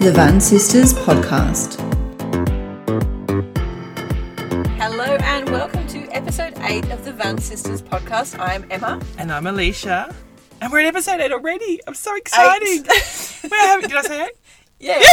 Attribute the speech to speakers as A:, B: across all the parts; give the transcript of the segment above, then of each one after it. A: the Van Sisters podcast.
B: Hello and welcome to episode 8 of the Van Sisters podcast. I'm Emma.
C: And I'm Alicia. And we're at episode eight already. I'm so excited.
B: Eight.
C: we are having, did I say eight?
B: Yeah.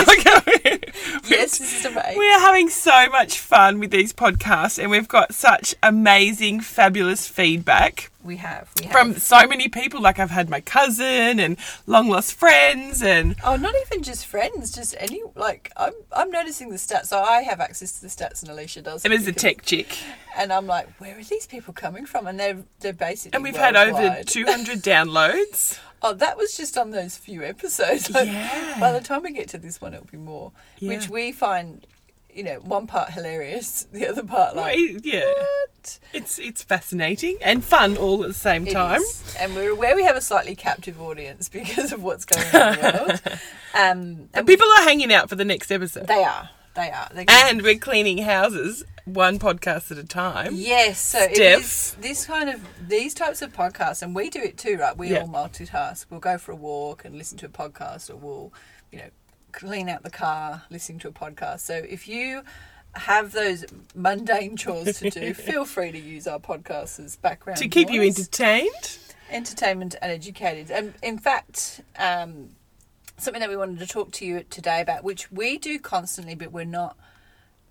C: Okay.
B: yes, this is the way.
C: we are having so much fun with these podcasts, and we've got such amazing, fabulous feedback
B: We have. We have.
C: from so many people. Like, I've had my cousin and long lost friends, and
B: oh, not even just friends, just any like I'm I'm noticing the stats. So I have access to the stats and Alicia does.
C: Emma's a
B: because-
C: tech chick.
B: And I'm like, where are these people coming from? And they're they're basically
C: And we've had over
B: worldwide.
C: 200 downloads.
B: Oh, that was just on those few episodes.
C: Yeah.
B: By the time we get to this one, it'll be more, which
C: Yeah.
B: we find, you know, one part hilarious, the other part like
C: Right, yeah.
B: what?
C: It's it's fascinating and fun all at the same
B: It
C: time.
B: is. And we're aware we have a slightly captive audience because of what's going on in the world. Um, and
C: And people are hanging out for the next episode.
B: they are. They are. They're gonna-
C: and we're cleaning houses one podcast at a time.
B: Yes, so it
C: Steph.
B: is this kind of these types of podcasts, and we do it too, right? We
C: Yeah.
B: all multitask. We'll go for a walk and listen to a podcast, or we'll, you know, clean out the car, listening to a podcast. So if you have those mundane chores to do, feel free to use our podcasts as background
C: To keep you
B: noise.
C: entertained.
B: entertainment and educated. And in fact, um, something that we wanted to talk to you today about, which we do constantly, but we're not,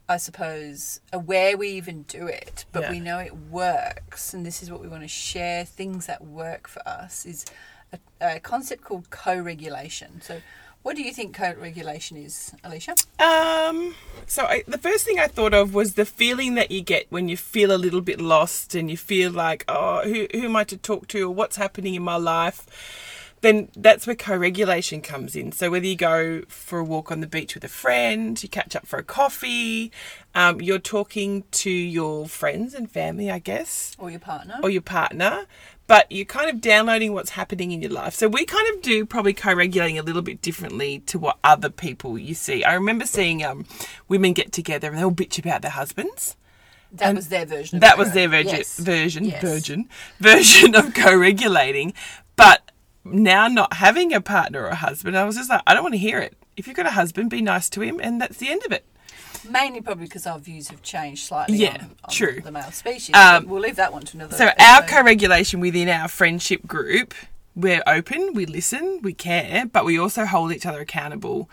B: I suppose, aware we even do it, but
C: Yeah.
B: we know it works. And this is what we want to share things that work for us is a, a concept called co regulation. So, what do you think co regulation is, Alicia?
C: Um, so I, the first thing I thought of was the feeling that you get when you feel a little bit lost and you feel like, oh, who, who am I to talk to or what's happening in my life? Then that's where co regulation comes in. So, whether you go for a walk on the beach with a friend, you catch up for a coffee, um, you're talking to your friends and family, I guess.
B: Or your partner?
C: or your partner, but you're kind of downloading what's happening in your life. So we kind of do probably co-regulating a little bit differently to what other people you see. I remember seeing um, women get together and they all bitch about their husbands.
B: that was their version of
C: That
B: co-
C: was their virgin,
B: Yes.
C: version,
B: Yes.
C: virgin, version of co-regulating. But now not having a partner or a husband, I was just like, I don't want to hear it. If you've got a husband, be nice to him, and that's the end of it.
B: Mainly probably because our views have changed slightly
C: Yeah,
B: on, on
C: true.
B: the male species.
C: Um,
B: but we'll leave that one to another.
C: So our
B: episode.
C: co-regulation within our friendship group, we're open, we listen, we care, but we also hold each other accountable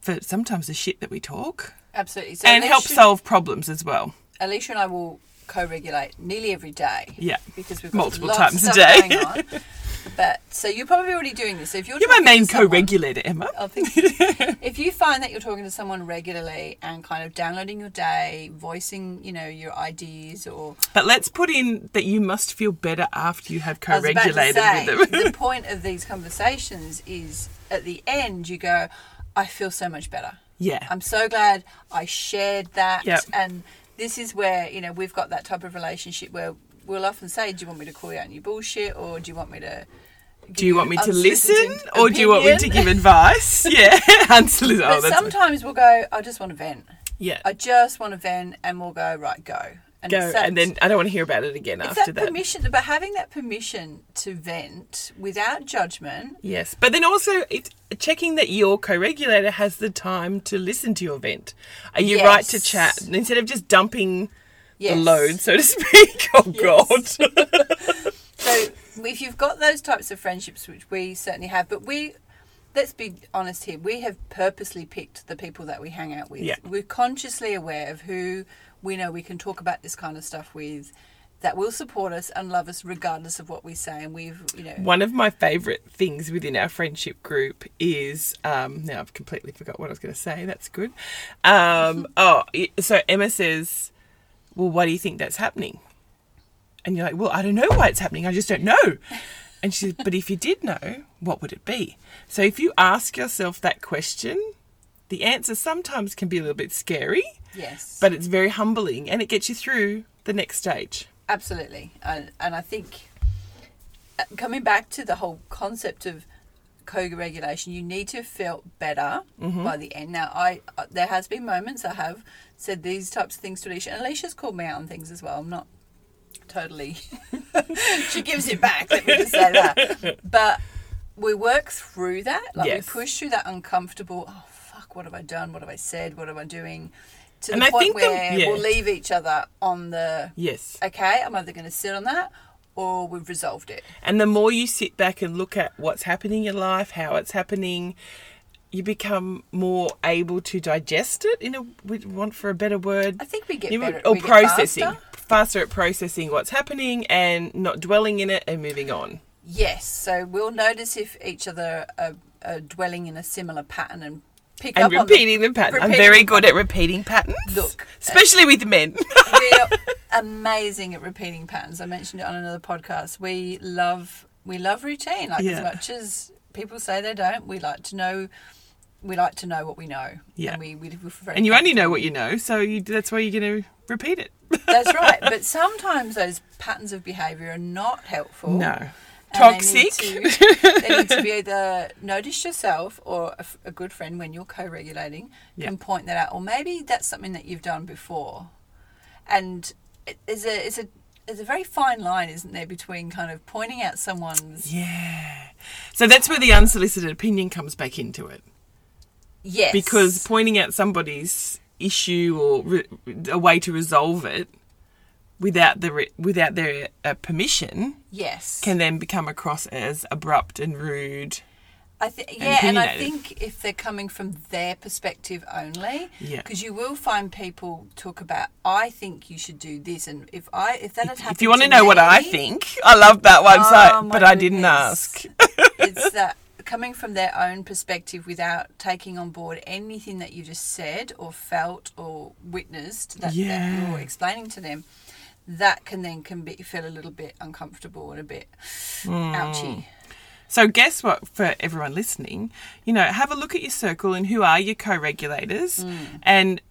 C: for sometimes the shit that we talk
B: Absolutely. So
C: and
B: Alicia-
C: help solve problems as well.
B: Alicia and I will co-regulate nearly every day.
C: Yeah.
B: Because we've got
C: Multiple
B: lots
C: times
B: of
C: a
B: stuff
C: day.
B: Going on. But so you're probably already doing this. So if you're
C: You're my
B: talking to
C: main
B: someone-
C: co-regulator, Emma.
B: I think if you find that you're talking to someone regularly and kind of downloading your day, voicing, you know, your ideas or
C: But let's put in that you must feel better after you have
B: I was about to
C: co-regulated
B: say,
C: with them.
B: the point of these conversations is at the end you go, I feel so much better.
C: yeah.
B: I'm so glad I shared that.
C: Yep.
B: And this is where, you know, we've got that type of relationship where we'll often say, Do you want me to call you out on your bullshit? Or do you want me to. give
C: do you want me to listen
B: unsolicited
C: or do you want me to
B: opinion?"
C: give advice? Yeah. Unsolicited. Oh,
B: But
C: that's
B: sometimes we'll go, I just want to vent.
C: yeah.
B: I just want to vent. And we'll go, Right, go. And,
C: Go
B: it's that-
C: and then I don't want to hear about it again
B: It's
C: after
B: that permission, but having that permission to vent without judgment
C: Yes, but then also it's checking that your co-regulator has the time to listen to your vent. Are you right to
B: Yes.
C: chat instead of just dumping
B: Yes.
C: the load, so to speak? Oh
B: Yes.
C: God!
B: So if you've got those types of friendships, which we certainly have, but we let's be honest here, we have purposely picked the people that we hang out with.
C: Yeah.
B: We're consciously aware of who we know we can talk about this kind of stuff with that will support us and love us regardless of what we say and we've you know
C: One of my favourite things within our friendship group is um, now I've completely forgot what I was going to say. That's good. Um, oh, y- so Emma says, "Well, why do you think that's happening?" And you're like, "Well, I don't know why it's happening. I just don't know." And she says, "But if you did know, what would it be?" So if you ask yourself that question, the answer sometimes can be a little bit scary,
B: yes
C: but it's very humbling and it gets you through the next stage.
B: Absolutely, and and I think uh, coming back to the whole concept of co-regulation, you need to have felt better
C: Mm-hmm.
B: by the end. Now, I uh, there has been moments I have said these types of things to Alicia, and Alicia's called me out on things as well. I'm not totally. she gives it back. Let me just say that. But we work through that. Like
C: Yes.
B: we push through that uncomfortable. Oh, what have I done? What have I said? What am I doing? To
C: And
B: the
C: I
B: point
C: think the-
B: where
C: yeah.
B: we'll leave each other on the
C: Yes.
B: okay, I'm either going to sit on that or we've resolved it.
C: And the more you sit back and look at what's happening in your life, how it's happening, you become more able to digest it. In a we want for a better word,
B: I think we get
C: You-
B: better
C: or
B: we get
C: processing
B: faster.
C: faster at processing what's happening and not dwelling in it and moving on.
B: Yes, so we'll notice if each other are, are dwelling in a similar pattern and pick
C: And
B: up on
C: repeating the pattern. I'm
B: repeating
C: very
B: the
C: good at repeating patterns.
B: Look, uh,
C: especially with men.
B: We're amazing at repeating patterns. I mentioned it on another podcast. We love we love routine. Like
C: Yeah.
B: as much as people say they don't, we like to know. We like to know what we know.
C: Yeah.
B: And we, we, we're very
C: and you only know what you know, so you, that's why you're going to repeat it.
B: That's right. But sometimes those patterns of behaviour are not helpful.
C: No.
B: And they need
C: Toxic.
B: to- They need to be either notice yourself or a, f- a good friend when you're co-regulating
C: Yeah.
B: can point that out, or maybe that's something that you've done before. And it- it's a it's a it's a very fine line, isn't there, between kind of pointing out someone's
C: Yeah. So that's where the unsolicited opinion comes back into it.
B: yes
C: because pointing out somebody's issue or re- a way to resolve it without the re- without their uh, permission
B: yes
C: can then become across as abrupt and rude.
B: I th- yeah, and I
C: opinionated.
B: think if they're coming from their perspective only,
C: Yeah.
B: because you will find people talk about, I think you should do this, and if I if that had happened,
C: If you want to know what I
B: me,"
C: think, I love that one.
B: Oh,
C: so,
B: my
C: but I didn't
B: goodness.
C: ask.
B: it's that coming from their own perspective without taking on board anything that you just said or felt or witnessed that, that
C: Yeah.
B: you're explaining to them. That can then can be feel a little bit uncomfortable and a bit
C: Hmm.
B: ouchy.
C: So, guess what? For everyone listening, you know, have a look at your circle and who are your co-regulators, and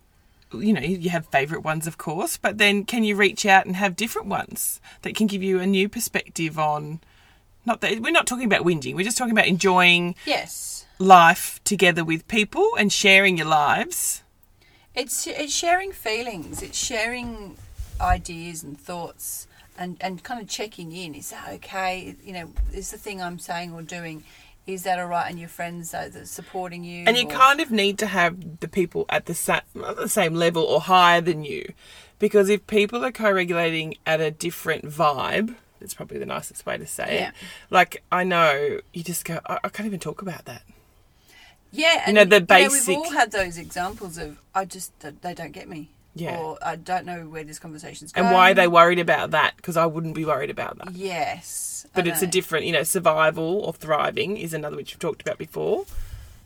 C: you know, you have favourite ones, of course. But then, can you reach out and have different ones that can give you a new perspective on? Not that we're not talking about whinging. We're just talking about enjoying
B: Yes.
C: life together with people and sharing your lives.
B: It's it's sharing feelings. It's sharing ideas and thoughts, and and kind of checking in. Is that okay? You know, is the thing I'm saying or doing, is that all right? And your friends are that supporting you,
C: And you
B: or-
C: kind of need to have the people at the, sa- not the same level or higher than you. Because if people are co regulating at a different vibe, that's probably the nicest way to say
B: Yeah.
C: it. Like, I know you just go, I, I can't even talk about that.
B: yeah, and
C: know, the
B: You
C: basic-
B: know, we've all had those examples of I just th- they don't get me,
C: Yeah.
B: or I don't know where this conversation's going,
C: And why are they worried about that? Because I wouldn't be worried about that.
B: Yes, I
C: But it's a
B: know.
C: different, you know, survival or thriving is another which we've talked about before.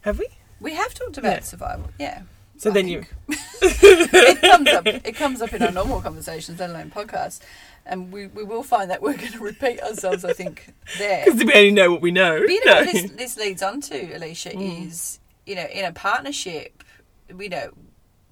C: Have we?
B: We have talked about
C: Yeah.
B: survival, yeah.
C: So
B: I
C: then
B: think.
C: you.
B: it comes up. It comes up in our normal conversations, let alone podcasts, and we, we will find that we're going to repeat ourselves. I think there.
C: Because we only know what we know.
B: But you know,
C: No.
B: what this, this leads on to Alicia
C: Hmm.
B: is you know in a partnership, you know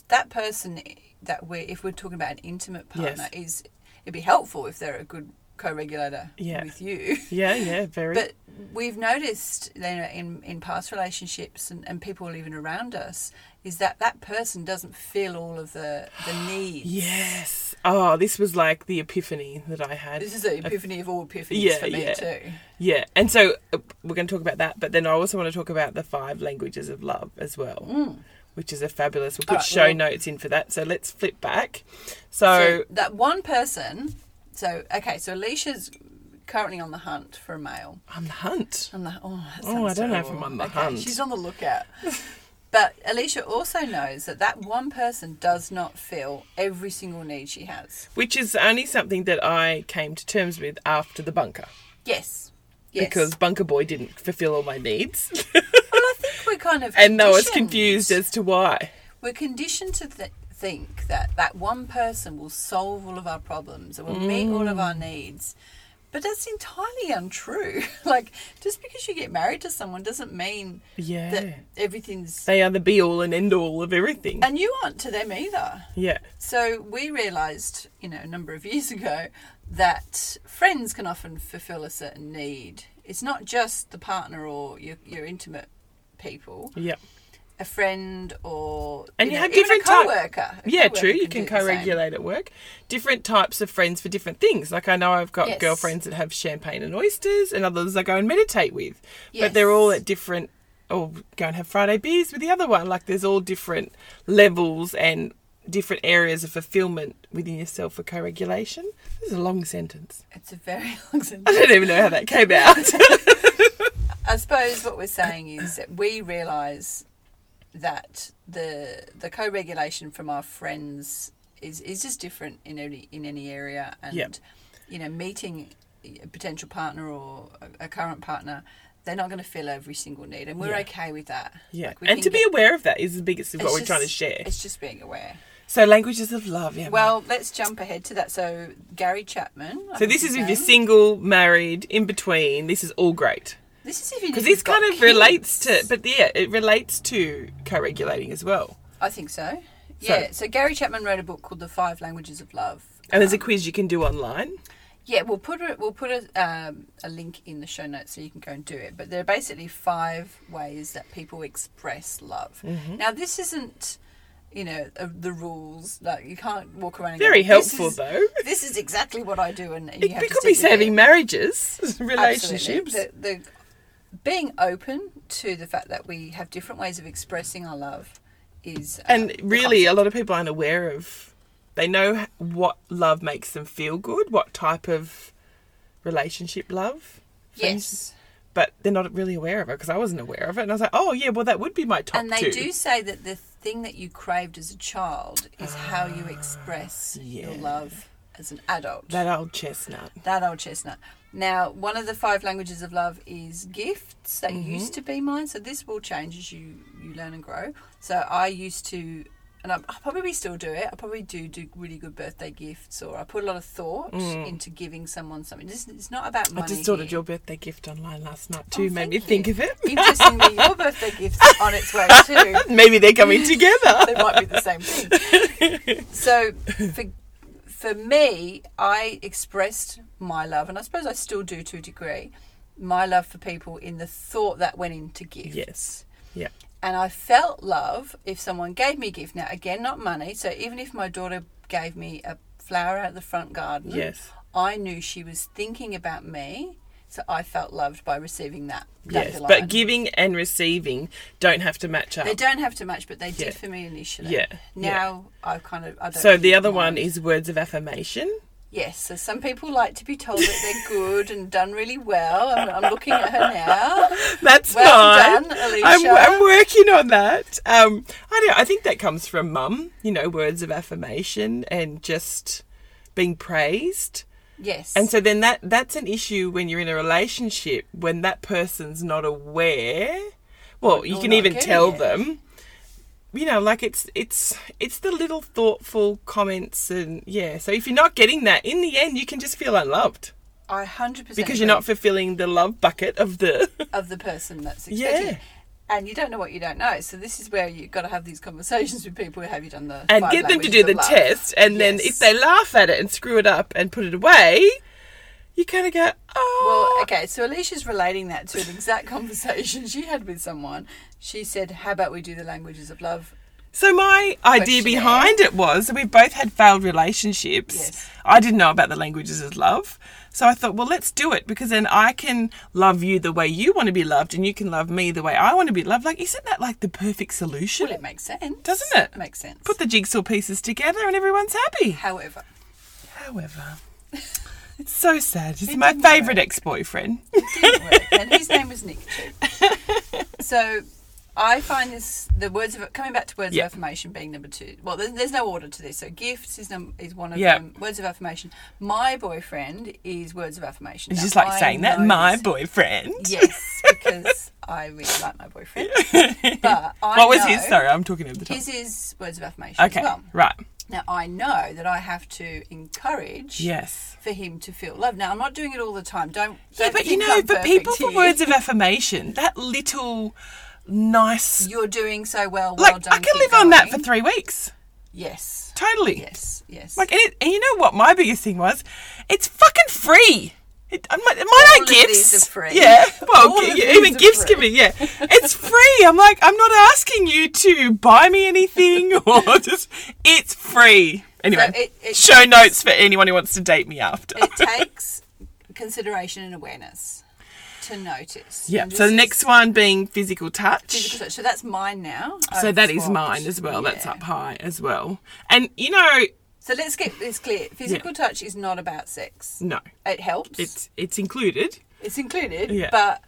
B: that person that we're if we're talking about an intimate
C: Yes.
B: partner is it'd be helpful if they're a good co-regulator
C: Yeah.
B: with you.
C: Yeah, yeah, very.
B: But we've noticed, you know, in, in past relationships and, and people even around us, is that that person doesn't feel all of the, the needs.
C: Yes. Oh, this was like the epiphany that I had.
B: This is the epiphany of all epiphanies
C: Yeah,
B: for me
C: yeah.
B: too.
C: Yeah. And so uh, we're going to talk about that, but then I also want to talk about the five languages of love as well, which is a fabulous. We'll
B: Mm.
C: put
B: Alright,
C: show
B: well-
C: notes in for that. So let's flip back.
B: So
C: So,
B: that one person. So okay, so Alicia's currently on the hunt for a male.
C: on the hunt.
B: On the, oh, that
C: Oh,
B: sounds
C: I don't know if
B: terrible.
C: I'm on the
B: Okay,
C: hunt.
B: She's on the lookout. But Alicia also knows that that one person does not feel every single need she has.
C: Which is only something that I came to terms with after the bunker.
B: Yes. Yes.
C: Because Bunker Boy didn't fulfill all my needs.
B: well, I think we're kind of
C: and I was
B: conditioned.
C: confused as to why.
B: We're conditioned to th- think that that one person will solve all of our problems and will meet all of
C: Mm.
B: our needs. But that's entirely untrue. like, just because you get married to someone doesn't mean
C: Yeah.
B: that everything's.
C: They are the be all and end all of everything.
B: and you aren't to them either.
C: Yeah.
B: So we realised, you know, a number of years ago that friends can often fulfil a certain need. It's not just the partner or your, your intimate people.
C: Yeah.
B: a friend or
C: And
B: you,
C: you
B: know,
C: have
B: even
C: different
B: a
C: type-
B: co-worker. A
C: Yeah,
B: co-worker
C: true. You can
B: do the same.
C: co-regulate at work. Different types of friends for different things. Like I know I've got
B: Yes.
C: girlfriends that have champagne and oysters, and others I go and meditate with. But they're
B: Yes.
C: all at different or go and have Friday beers with the other one. Like there's all different levels and different areas of fulfillment within yourself for co-regulation. This is a long sentence.
B: It's a very long
C: I
B: sentence.
C: don't even know how that came out.
B: I suppose what we're saying is that we realise that the the co-regulation from our friends is, is just different in any in any area, and
C: Yep.
B: you know, meeting a potential partner or a, a current partner, they're not going to fill every single need, and we're
C: Yeah.
B: okay with that.
C: yeah,
B: Like, we
C: and
B: can
C: to be
B: get-
C: aware of that is the biggest of
B: it's
C: what we're trying to
B: just-
C: share.
B: It's just being aware.
C: So languages of love. Yeah.
B: Well, let's jump ahead to that. So Gary Chapman. I
C: so
B: think
C: this
B: his
C: is if
B: name.
C: you're single, married, in between. This is all great.
B: This is if you
C: Because this kind of relates to, but yeah, it relates to co-regulating as well.
B: I think so.
C: So-
B: Yeah. So Gary Chapman wrote a book called The Five Languages of Love.
C: And there's a quiz you can do online.
B: Ah. Yeah, we'll put a, we'll put a, um, a link in the show notes so you can go and do it. But there are basically five ways that people express love.
C: Mm-hmm.
B: Now, this isn't, you know, uh, the rules. Like you can't walk around. And
C: Very
B: go,
C: helpful
B: this is,
C: though.
B: This is exactly what I do, and, and you
C: It,
B: have
C: it
B: to
C: could be
B: stick with it.
C: saving marriages,
B: Absolutely.
C: relationships.
B: The, the being open to the fact that we have different ways of expressing our love is uh,
C: and
B: the
C: really, a lot of people aren't aware of. They know h- what love makes them feel good, what type of relationship love. for instance,
B: Yes.
C: But they're not really aware of it because I wasn't aware of it, and I was like, "Oh yeah, well that would be my top
B: And they
C: two.
B: do say that the thing that you craved as a child is how you express your
C: Ah, yeah.
B: love as an adult.
C: That old chestnut.
B: That old chestnut. Now, one of the five languages of love is gifts. That
C: Mm-hmm.
B: used to be mine. So this will change as you you learn and grow. So I used to, and I, I probably still do it. I probably do do really good birthday gifts, or I put a lot of thought into giving someone something. This, it's not about money.
C: I Mm. just ordered
B: here.
C: your birthday gift online last night
B: Oh,
C: too. made
B: thank
C: me
B: you.
C: think of it.
B: You've just seen me your birthday gifts on its way too.
C: Maybe they're coming together.
B: They might be the same thing. So for for me, I expressed my love, and I suppose I still do to a degree, my love for people in the thought that went into gifts.
C: Yes. Yeah.
B: And I felt love if someone gave me a gift. Now again, not money. So even if my daughter gave me a flower out of the front garden,
C: Yes.
B: I knew she was thinking about me. So I felt loved by receiving that. that
C: Yes.
B: delight.
C: But giving and receiving don't have to match up.
B: They don't have to match, but they
C: Yeah.
B: did for me initially.
C: Yeah,
B: Now I've kind of. I don't
C: So the other
B: mind.
C: one is words of affirmation.
B: Yes. So some people like to be told that they're good and done really well. And I'm looking at her now.
C: That's
B: Well
C: fine.
B: done,
C: I'm,
B: Alicia.
C: I'm working on that. Um, I don't. I think that comes from mum. You know, words of affirmation and just being praised.
B: Yes.
C: And so then that that's an issue when you're in a relationship when that person's not aware. Well, you
B: or
C: can
B: not
C: even
B: getting
C: tell
B: it.
C: them. You know, like it's it's it's the little thoughtful comments and yeah. So if you're not getting that, in the end, you can just feel unloved
B: I hundred percent
C: because you're not fulfilling the love bucket of the.
B: of the person that's
C: Yeah.
B: expecting. it. And you don't know what you don't know. So this is where you've got to have these conversations with people. Have you done the
C: and
B: five
C: get them to
B: languages
C: do
B: of
C: the
B: love?
C: test. And then if
B: Yes.
C: they laugh at it and screw it up and put it away, you kind of go, oh,
B: Well, okay, so Alicia's relating that to an exact conversation she had with someone. She said, How about we do the languages of love?
C: So my idea
B: Questionnaire.
C: behind it was that we both had failed relationships.
B: Yes.
C: I didn't know about the languages of love. So I thought, well, let's do it because then I can love you the way you want to be loved and you can love me the way I want to be loved. Like, isn't that like the perfect solution?
B: Well, it makes sense.
C: Doesn't it?
B: Makes sense.
C: Put the jigsaw pieces together and everyone's happy.
B: However,
C: However, it's so sad. He's
B: It
C: my
B: didn't work.
C: favourite ex-boyfriend.
B: didn't work, and his name was Nick too. So I find this the words of coming back to words
C: Yeah.
B: of affirmation being number two. Well, there's, there's no order to this. So gifts is num- is one of
C: Yeah.
B: them. Words of affirmation. My boyfriend is words of affirmation.
C: It's
B: Now,
C: just like
B: I
C: saying that,
B: know
C: my
B: this-
C: boyfriend.
B: Yes, because I really like my boyfriend. But I
C: What was
B: know-
C: his? Sorry, I'm talking over the top.
B: His is words of affirmation
C: Okay,
B: as well.
C: right.
B: Now I know that I have to encourage
C: Yes.
B: for him to feel love. Now I'm not doing it all the time. Don't.
C: Yeah,
B: don't
C: but you
B: think
C: know,
B: I'm
C: but
B: perfect
C: people for
B: here.
C: words of affirmation, that little nice,
B: You're doing so well. Well
C: like
B: done.
C: I can
B: keep
C: live on that for
B: going.
C: three weeks,
B: Yes.
C: totally.
B: Yes. Yes.
C: Like, and, it, and you know what my biggest thing was? It's fucking free. It, I'm like, am I
B: All
C: not
B: of
C: gifts?
B: these are free.
C: Yeah. Well,
B: All of
C: yeah,
B: these
C: even
B: are
C: gifts
B: free.
C: can be. Yeah. It's free. I'm like, I'm not asking you to buy me anything or just. It's free. Anyway,
B: it- it
C: show
B: takes-
C: notes for anyone who wants to date me after.
B: it takes consideration and awareness to to notice.
C: Yeah.
B: And
C: So the
B: this
C: next
B: is
C: one being physical touch.
B: physical touch. So that's mine now.
C: so
B: I've
C: that is
B: swapped.
C: mine as well. That's
B: Yeah.
C: up high as well. And you know,
B: So let's get this clear. Physical touch is not about sex.
C: no,
B: It helps.
C: it's it's included.
B: It's included,
C: Yeah.
B: but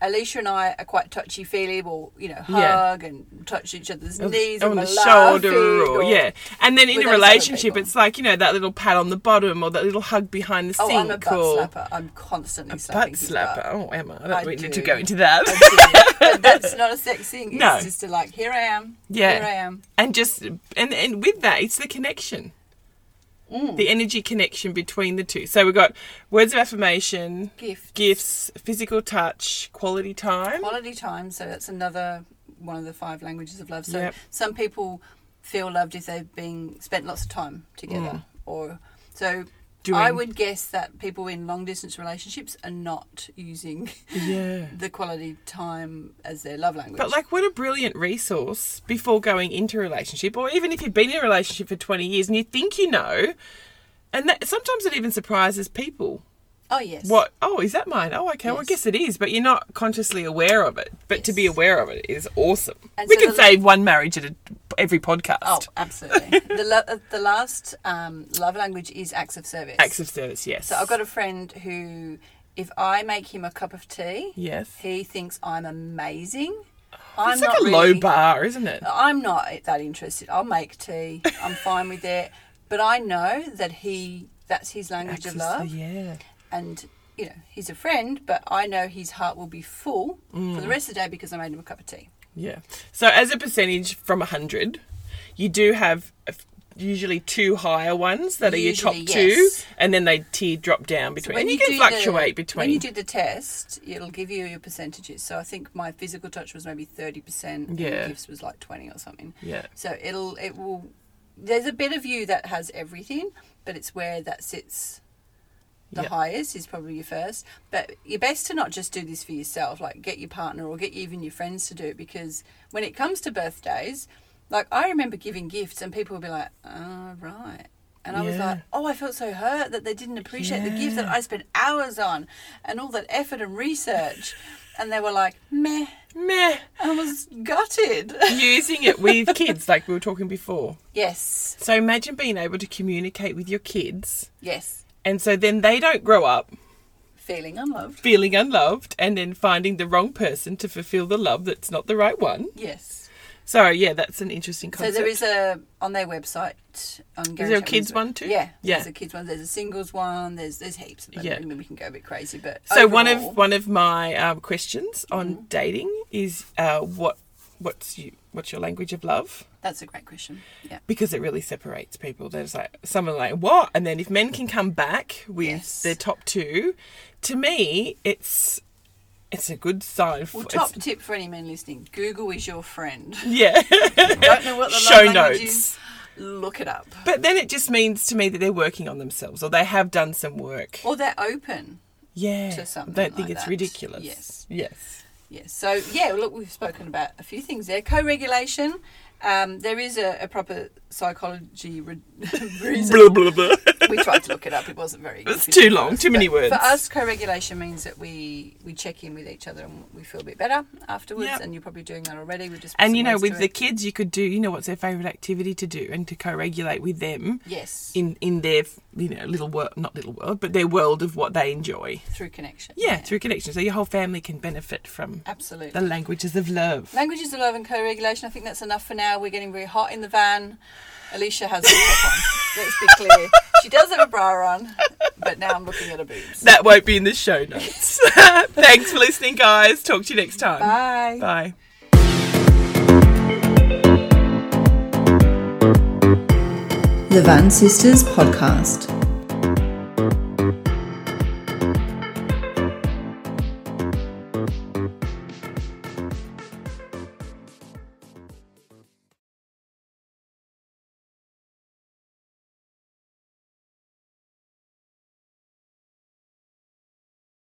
B: Alicia and I are quite touchy feely. We'll, you know,
C: Yeah. Oh,
B: hug and touch each other's knees
C: on
B: and
C: the
B: we're
C: shoulder,
B: laughing
C: or, yeah. And then in
B: with
C: a
B: those other
C: relationship,
B: people.
C: it's like you know that little pat on the bottom or that little hug behind the
B: Oh,
C: sink
B: I'm a butt
C: or
B: slapper. I'm constantly
C: butt
B: slapping his
C: slapper.
B: butt.
C: Oh, Emma, I don't
B: I
C: really need to
B: do.
C: go into that.
B: but that's not a sex thing. It's
C: No.
B: just a like, here I am.
C: Yeah.
B: Here I am.
C: and just and and with that it's the connection
B: Mm.
C: the energy connection between the two so we've got words of affirmation
B: Gifts.
C: gifts physical touch quality time
B: Quality time. So that's another one of the five languages of love. So
C: Yep.
B: some people feel loved if they've been spent lots of time together, or so. I
C: Mm. Doing-
B: would guess that people in long distance relationships are not using
C: yeah
B: the quality time as their love language.
C: but like what a brilliant resource before going into a relationship or even if you've been in a relationship for 20 years and you think you know and that sometimes it even surprises people
B: oh yes,
C: what oh is that mine oh okay well i
B: Yes.
C: guess it is but you're not consciously aware of it but to be
B: Yes.
C: aware of it is awesome
B: And
C: we
B: so
C: could
B: the-
C: save one marriage at a, every podcast
B: Oh, absolutely. the lo- the last um, love language is acts of service.
C: acts of service yes
B: so I've got a friend who, if I make him a cup of tea,
C: yes
B: he thinks I'm amazing.
C: it's like a low bar isn't it
B: I'm not that interested. I'll make tea. I'm fine with it. But I know that he that's his language
C: Acts
B: of
C: of-
B: love.
C: yeah
B: and you know he's a friend, but I know his heart will be full for the
C: Mm.
B: rest of the day because I made him a cup of tea.
C: yeah so as a percentage from 100 you do have a f- usually two higher ones that are
B: Usually,
C: your top two
B: yes.
C: and then they tear drop down between and you,
B: do
C: can
B: the-
C: fluctuate between
B: When you do the test, it'll give you your percentages. So I think my physical touch was maybe thirty percent.
C: Yeah.
B: gifts was like twenty or something.
C: yeah
B: So it'll it will. There's a bit of you that has everything, but it's where that sits. The
C: Yeah.
B: highest is probably your first, but you're best to not just do this for yourself. Like get your partner or get even your friends to do it because when it comes to birthdays, like I remember giving gifts and people would be like, "Oh right," and I was
C: Yeah.
B: like, "Oh, I felt so hurt that they didn't appreciate the gift that I spent hours on and all that effort and research," and they were like, "Meh,"
C: meh
B: I was gutted.
C: using it with kids like we were talking before
B: yes,
C: so imagine being able to communicate with your kids
B: yes.
C: and so then they don't grow up
B: feeling unloved.
C: feeling unloved and then finding the wrong person to fulfill the love that's not the right one
B: Yes.
C: So yeah, that's an interesting concept.
B: So there is a on their website. On
C: there a
B: Garage Admin's
C: kids
B: web-
C: one too?
B: Yeah,
C: Yeah.
B: There's a kids one. There's a singles one. There's there's heaps. Of them.
C: Yeah.
B: I mean, we can go a bit crazy, but
C: So one of
B: overall- Mm-hmm.
C: one of my um, questions on dating is uh, what what's you what's your language of love?
B: that's a great question. Yeah.
C: Because it really separates people. There's like someone like what, and then if men can come back with
B: Mm-hmm. Yes.
C: their top two, to me it's it's a good sign. For,
B: Well, top
C: it's-
B: tip for any men listening: Google is your friend.
C: yeah.
B: Don't know what the love
C: Show
B: language
C: notes.
B: is? Look it up.
C: but then it just means to me that they're working on themselves or they have done some work.
B: Or they're open.
C: Yeah.
B: to something
C: Don't think
B: like
C: it's
B: that.
C: ridiculous.
B: Yes.
C: Yes.
B: Yes. So yeah, look, we've spoken about a few things there. Co-regulation. Um, there is a, a proper psychology re- reason
C: Blah blah blah.
B: we tried to look it up. It wasn't very.
C: It's
B: confusing
C: too
B: for
C: long,
B: us,
C: too many
B: but
C: words.
B: For us, co-regulation means that we we check in with each other and we feel a bit better afterwards.
C: Yep.
B: And you're probably doing that already. We just put
C: And
B: some
C: you know,
B: ways
C: with
B: to
C: the
B: it.
C: kids, you could do, you know, what's their favourite activity to do, and to co-regulate with them
B: yes
C: in in their, you know, little world, not little world, but their world of what they enjoy.
B: through connection.
C: Yeah, through connection, so your whole family can benefit from
B: absolutely.
C: the languages of love.
B: Languages of love and co-regulation. I think that's enough for now. We're getting very hot in the van. Alicia has a top on. Let's be clear. She does have a bra on, but now I'm looking at her boobs.
C: That won't be in the show notes. Thanks for listening, guys. Talk to you next time.
B: Bye.
C: Bye.
A: Levan Sisters Podcast.